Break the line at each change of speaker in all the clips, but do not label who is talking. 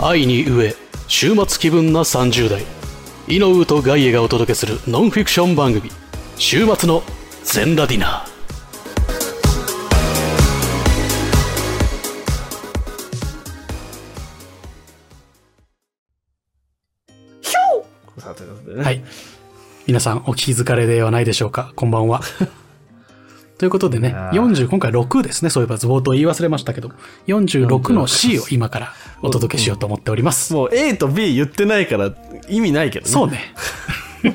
愛に飢え週末気分な30代イノウとガイエがお届けするノンフィクション番組「週末の全ラディナー」
さあということでね、
はい。皆さんお気づかれではないでしょうか。こんばんは。 ということでね、
あー
40、今回6ですね。そういえば冒頭言い忘れましたけど、46の C を今からお届けしようと思っております。
もう A と B 言ってないから意味ないけどね。
そう ね。
と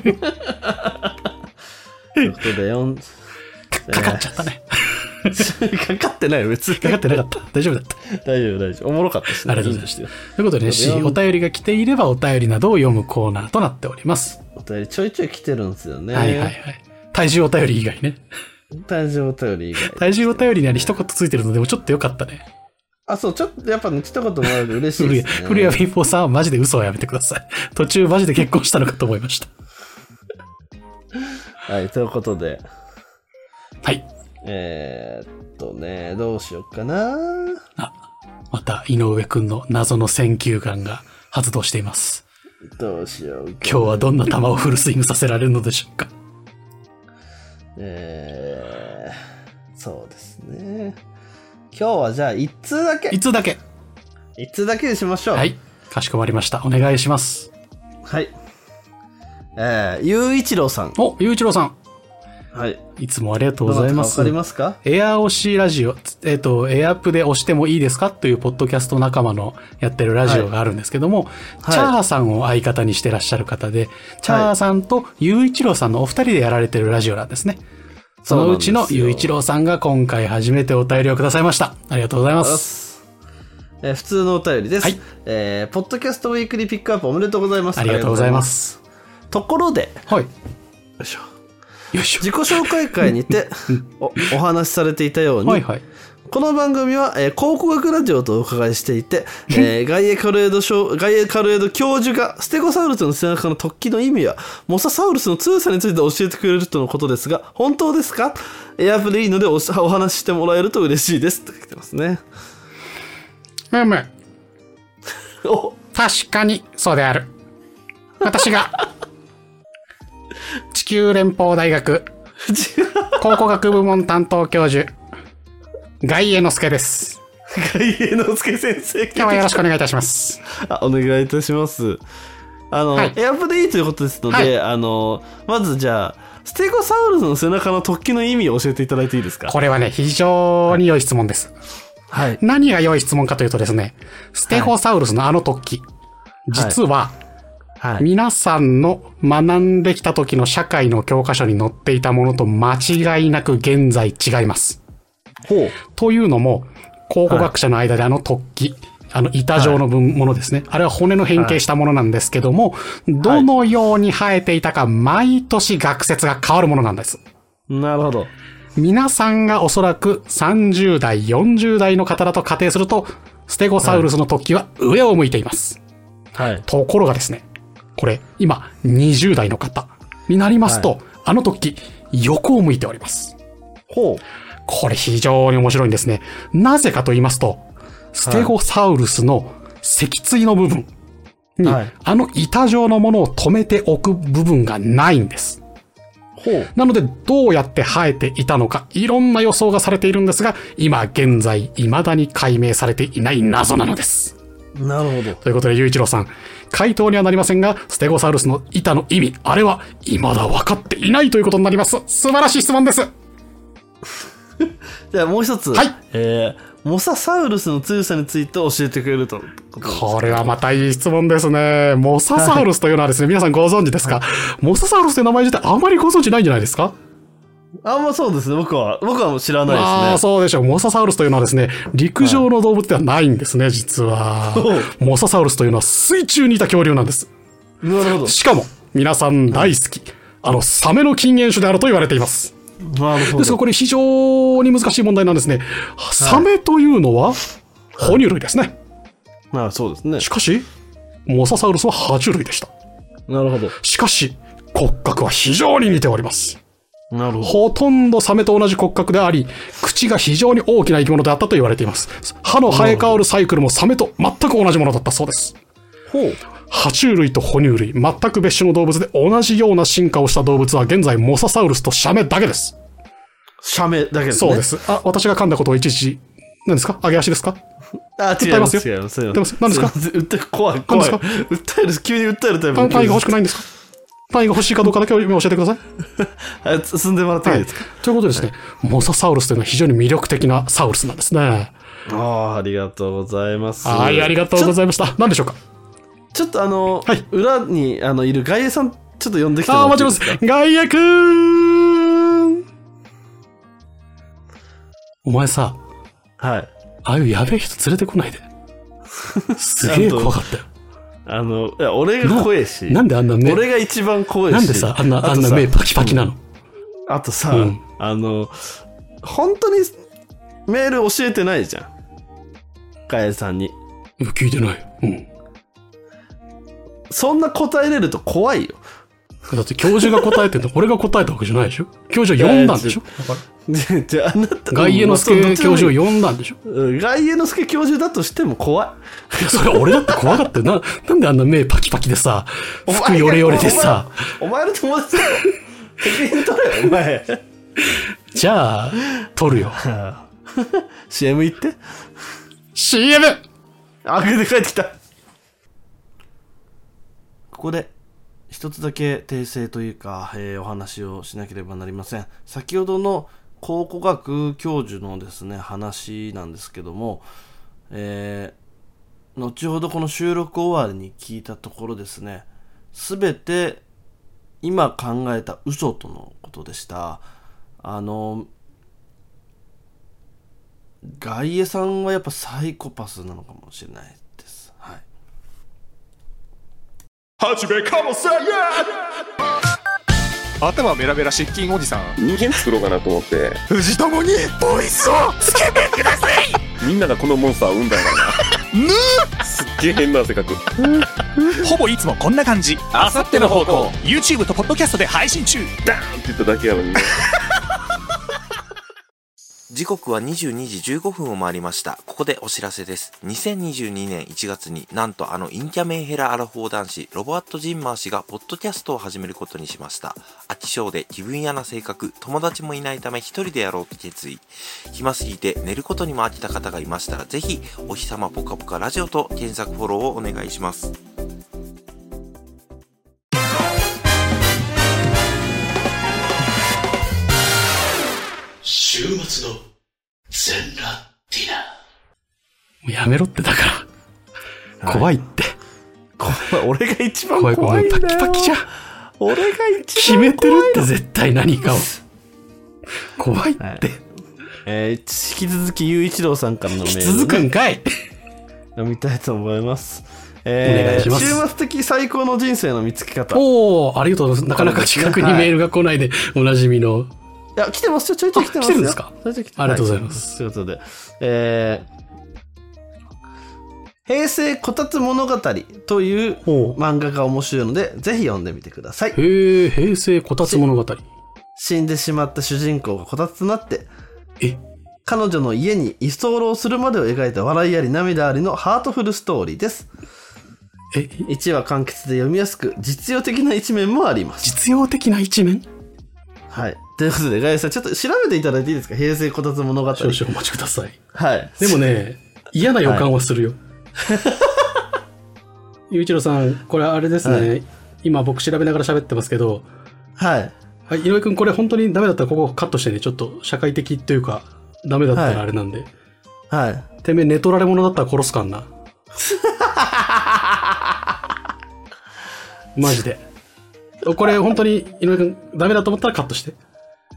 いうことで、四
かかっちゃったね。
かかってないよ、別に。
かかってなかった。 大丈夫だった。
大丈夫、 大丈夫。おもろかったし、。
ありがとうございましたということでね、C、
そうだよ
お便りが来ていればお便りなどを読むコーナーとなっております。
お便りちょいちょい来てるんですよね。
はいはいはい。体重お便り以外ね。
体重お便り以外。
体重お便りには一言ついてるのでもちょっとよかったね。
あ、そう、ちょっとやっぱね、一言もらえると嬉しい
古
で
谷
すね。
古谷貧乏さんはマジで嘘はやめてください。 途中マジで結婚したのかと思いました。
はい、ということで、
はい。
えー、っとね、どうしようかな。
また井上くんの謎の選球眼が発動しています。
どうしようかな
今日はどんな球をフルスイングさせられるのでしょうか。
えー、そうですね。今日はじゃあ、一通だけ
い。つだけ。
一通だけにしましょう。
はい。かしこまりました。お願いします。
はい。えー、ゆういちろうさん。
お、ゆういちろうさん。
はい。
いつもありがとうございます。
どなたかわかりますか
エア押しラジオ、つえっ、と、エアアップで押してもいいですかというポッドキャスト仲間のやってるラジオがあるんですけども、
はい
チャーさんを相方にしてらっしゃる方で、チャーさんとゆういちろうさんのお二人でやられてるラジオなんですね。そのうちのゆういちろうさんが今回初めてお便りをくださいました。ありがとうございます。
えー普通のお便りです。
はい
えーポッドキャストウィークリーピックアップおめでとうございます。
ありがとうございま。す。
ところで、
はい。
よいしょ
よいし
自己紹介会 にておお話しされていたよう
ょ。
に、
はいはい。
この番組は、えー考古学ラジオとお伺いしてい て、えーガイエカルエド小ガイエカルエド教授がステゴサウルスの背中の突起の意味やモササウルスの強さについて教えてくれるとのことですが本当ですかエアプでいいのでおしお話ししてもらえると嬉しいですって書いてますね。
むむ、
お
確かにそうである。私が、地球連邦大学
違う
考古学部門担当教授、外江之助です。
海江之助先生
今日はよろしくお願いいたします。
あお願いいたしますあの、
はい
エアプでいいということですので、
はい
あのまずじゃあステゴサウルスの背中の突起の意味を教えていただいていいですか
これはね、非常に良い質問です。
はい
何が良い質問かというとですね、ステホサウルスのあの突起、実は
はい
皆さんの学んできた時の社会の教科書に載っていたものと間違いなく現在違います。
ほう
というのも、考古学者の間であの突起、あの板状の分ものですね。あれは骨の変形したものなんですけども、どのように生えていたか毎年学説が変わるものなんです。
なるほど
皆さんがおそらく30代、40代の方だと仮定すると、ステゴサウルスの突起は上を向いています。
はい
ところがですね、これ、今、20代の方になりますと、あの突起、横を向いております。
ほ
これ非常に面白いんですね。なぜかと言いますと、ステゴサウルスの脊椎の部分に、
はい
あの板状のものを止めておく部分がないんです。
うほう
なので、どうやって生えていたのか、いろんな予想がされているんですが、今現在、未だに解明されていない謎なのです。
なるほど
ということで、雄一郎さん、回答にはなりませんが、ステゴサウルスの板の意味、あれは、未だ分かっていないということになります。素晴らしい質問です。
じゃあもう一つ、
はい
えーモササウルスの強さについて教えてくれると
これはまたいい質問ですね。モササウルスというのはですね、皆さんご存知ですか、モササウルスという名前自体あまりご存知ないんじゃないですか
あんまそうですね僕は僕はもう知らないですね
ああ、そうでしょう。モササウルスというのはですね、陸上の動物ではないんですね、実は
ほう。
モササウルスというのは水中にいた恐竜なんです。
なるほ
しかも、皆さん大好き。あの、サメの禁煙種であると言われています。
どなるほ
ですが、
ど
これ非常に難しい問題なんですね。サメというのは、哺乳類ですね。
まあそうですね
しかし、モササウルスは爬虫類でした。
なるほど
しかし、骨格は非常に似ております。
なるほ
ほとんどサメと同じ骨格であり、口が非常に大きな生き物であったと言われています。歯の生え変わるサイクルもサメと全く同じものだったそうです。
ど。ほう。
爬虫類と哺乳類、全く別種の動物で同じような進化をした動物は現在モササウルスとシャメだけです。
写メだけですね。
そうで。す。あ、私が噛んだことをいちいち、何ですか揚げ足ですか
あ、違いますよ。違います。違い
訴えますよ
すいません訴え怖い、怖い。
何
訴える、急に訴えるタイプ
パン
の
パンが欲しく
な
ないんですかパンが欲しいかどうかだけ今教えてください。
い進んでもらっていいですか、
ということでですね、モササウルスというのは非常に魅力的なサウルスなんですね。
ああー、ありがとうございます。
はい、ありがとうございました。何でしょうか
ちょっとあの、
はい
裏にあのいる外衛さん、ちょっと呼んできて
ああ、
もらっ
待ち
ていい
ま
です
す
か。
外野くんお前さ、
はい。
ああいうやべえ人連れてこないで。すげえ怖かったよ。
あの、いや俺が怖いし、
なんであんな目、
俺が一番怖いし、
なんでさ、あんな、あ
と
ん
さ
な目パキパキなの
あとさ、
うん
あの、本当にメール教えてないじゃん。ガエさんに。
うん聞いてない。うん。
そんな答えれると怖いよ。
だって教授が答えてんの、俺が答えたわけじゃないでしょ教授を呼んだんでしょ
でじゃあ、あなた、
外野の
うんまあ
助
そうど
教
っちでもい
授
い
を呼んだんでしょ
うん外野の助教授だとしても怖い。
いや、それ俺だって怖かったよ。な、なんであんな目パキパキでさ、
お前
服ヨレヨレでさ、。
お前お前の友達だ ろ。責任取れよ、お前。
じゃあ、撮るよ。
CM 行って
CM!
あ 開けて帰ってきたここで一つだけ訂正というか、えーお話をしなければなりません先ほどの考古学教授のですね話なんですけども、えー後ほどこの収録終わりに聞いたところですね全て今考えた嘘とのことでしたあの外衛さんはやっぱサイコパスなのかもしれないですはい
頭ベラベラ失禁おじさん
人間作ろうかなと思って
藤友にボイスを
みんながこのモンスターを産んだんだなすっげえ変な性格
ほぼいつもこんな感じあさっての方向 YouTube とポッドキャストで配信中
ダーンって言っただけやのにね
時刻は22時15分を回りました。ここでお知らせです。2022年1月になんとあのインキャメンヘラアラフォー男子ロボアット・ジンマー氏がポッドキャストを始めることにしました。飽き性で気分屋な性格、友達もいないため一人でやろうと決意。暇すぎて寝ることにも飽きた方がいましたらぜひお日様ぽかぽかラジオと検索フォローをお願いします。
週末の全裸ディナー。
もうやめろってだから。怖いって。
俺が一番
怖
怖
い
い
怖い。
んだ
パ
よ
キパキじゃん。
俺が一
決
番
めてるって絶対何かを。怖いって。
はいえー引き続き雄一郎さんからのメール、ね、
続くんかい。
読みたいと思います
お願いします
週末的最高の人生の見つけ方い
おお、ありがとうございます。なかなか近くにメールが来ないで、おなじみの。
や来てますよちょいちょい来てますよ
あ来てるんですか
ちょいちょい来て
ありがとうございます
はということでえー平成こたつ物語という
ほう
漫画が面白いので、ぜひ読んでみてください。
へえ、平成こたつ物語。
死んでしまった主人公がこたつとなって
え
彼女の家に居候するまでを描いた笑いあり涙ありのハートフルストーリーです
え、
1話完結で読みやすく実用的な一面もあります
実用的な一面
はいということでガイさんちょっと調べていただいていいですか平成こたつ物語
少々お待ちください。
はい
でもね、嫌な予感はするよ。 ゆういちろうさん、これあれですね。
は
今僕調べながら喋ってますけど、
はい
はい、井上くんこれ本当にダメだったらここカットしてね、ちょっと社会的というか、ダメだったらあれなんで。
はい
てめえ寝取られ者だったら殺すかんな。マジで。これ本当に井上くんダメだと思ったらカットして。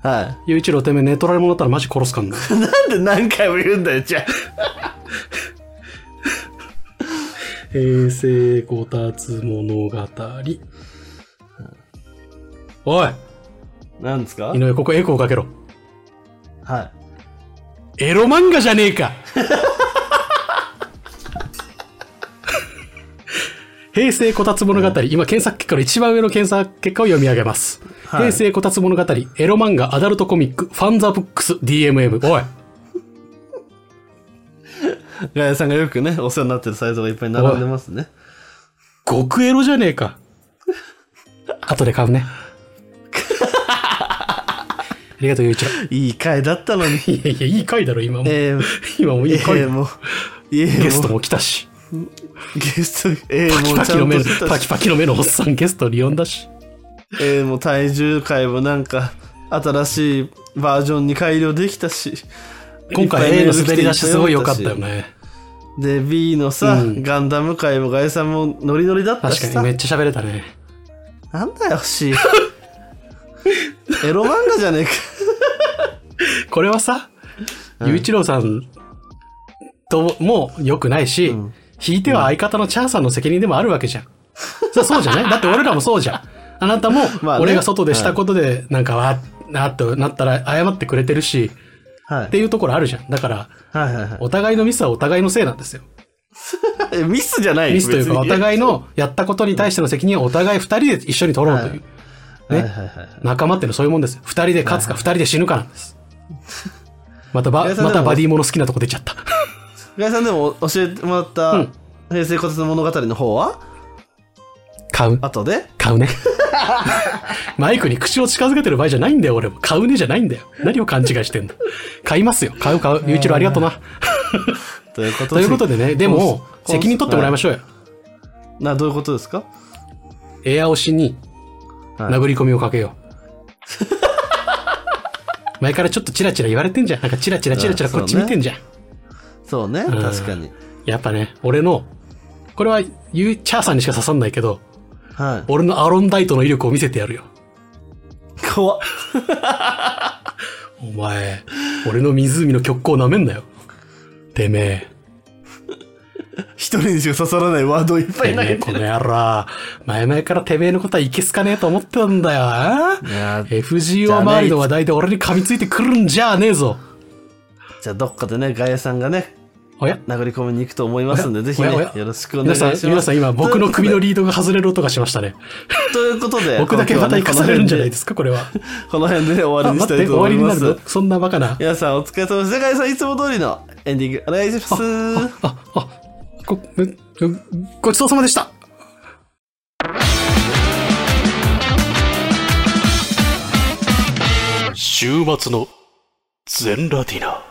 は
ゆういちろうてめえ寝取られ者だったらマジ殺すかんな。
いなんで何回も言うんだよじゃ
平成こたつ物語。おい
あなんですか
井上ここエコーかけろ。
はい
エロ漫画じゃねえか平成こたつ物語、今検索結果の一番上の検索結果を読み上げます。
い
平成こたつ物語、エロ漫画、アダルトコミック、ファンザブックス、DMM。おい、
ガヤさんがよくね、お世話になってるサイトがいっぱい並んでますね。
極エロじゃねえか。後で買うね。 ありがとう、ゆういちろ。
いい回だったのに。
いやいや、いい回だろ、今も。
えー、
今もいい回。
えー、もう、えー、もう
ゲストも来たし。
ゲスト、え
パ
ー、
キ
もう
パ
ち
キ
ゃ
の
ん
目
と
の
し、
パ
た
キ
し、
パキの目のおっさんゲストに呼んだし。
えー、もう体重回もなんか、新しいバージョンに改良できたし、
今回
い
A の
っぱいメール来て
滑り出しすごい良かったよ
いっ
ね。
ぱいで、B のさ、
うん
ガンダム回もガヤさんもノリノリだった
確
し
か
さ
に、めっちゃ喋れたね。
なんだよ、C。エロ漫画じゃねえか。
これはさ、雄一郎さんとも良くないし、引いては相方のチャーさんの責任でもあるわけじゃん。 さそうじゃないだって俺らもそうじゃん。あなたも
まあ、ね
俺が外でしたことで、なんか、わーなーっとなったら謝ってくれてるし、
は
って
い。
いうところあるじゃん。だから、
はいはいは
お互いのミスはお互いのせいなんですよ。
い。ミスじゃない
ミスというか、お
別に
互いのやったことに対しての責任をお互い二人で一緒に取ろうという。ね
はいはいはい。
仲間ってのはそういうもんですよ。二人で勝つか二人で死ぬかなんです。またば、
いやそれ
ま
で
た
も
バディもの好きなとこ出ちゃった。
ガイさんでも教えてもらった、
うん
平成こたつの物語の方は
買う。
後で
買うね。マイクに口を近づけてる場合じゃないんだよ、俺も。買うねじゃないんだよ。何を勘違いしてんだ。買いますよ。買う買う。ゆういちろうありがとうな。
ということ
ということでね、でも、責任取ってもらいま
しょ
しょうよ。
う。はいな、どういうことですか
エア押しに、
はい
殴り込みをかけよう。前からちょっとチラチラ言われてんじゃん。なんかチラチラチラチラ
うんそ
こ
う
っ
ね
ち見てんじゃん。
そうね、
ん
確かに。
やっぱね、俺の、これは、ゆう、チャーさんにしか刺さんないけど、
はい。
俺のアロンダイトの威力を見せてやるよ。
怖っ。
お前、俺の湖の極光舐めんなよ。てめえ。
一人にしか刺さらないワードをいっぱ
て
い投
めえ、
げ
こ
て
の
る。
野郎。前々からてめえのことはいけすかねえと思ってたんだよあ
いやー
FGO 周りの話題で俺に噛みついてくるんじゃねえぞ。
じゃあ、どっかでね、ガエさんがね、
おや
殴り込みに行くと思いますんで、ぜひね、
おやおや
よろしくお願
皆
いし
さん
ま、す。
皆さん今僕の首の
リ
リードが外れる音がしましたね。
ということで、
僕だけまた生かされるんじゃないですすか、これは。
か。この辺で終わ
あ、待
りにし
った
い
て、終
と
わ
思
り
い
に
ま
なるの
す。
そんなバカな。
皆さんお疲れ様です。ガエさんいつも通りのエンディングお願いします。
あ、ご、ごごちそうさまでした。週末の全ラティナ。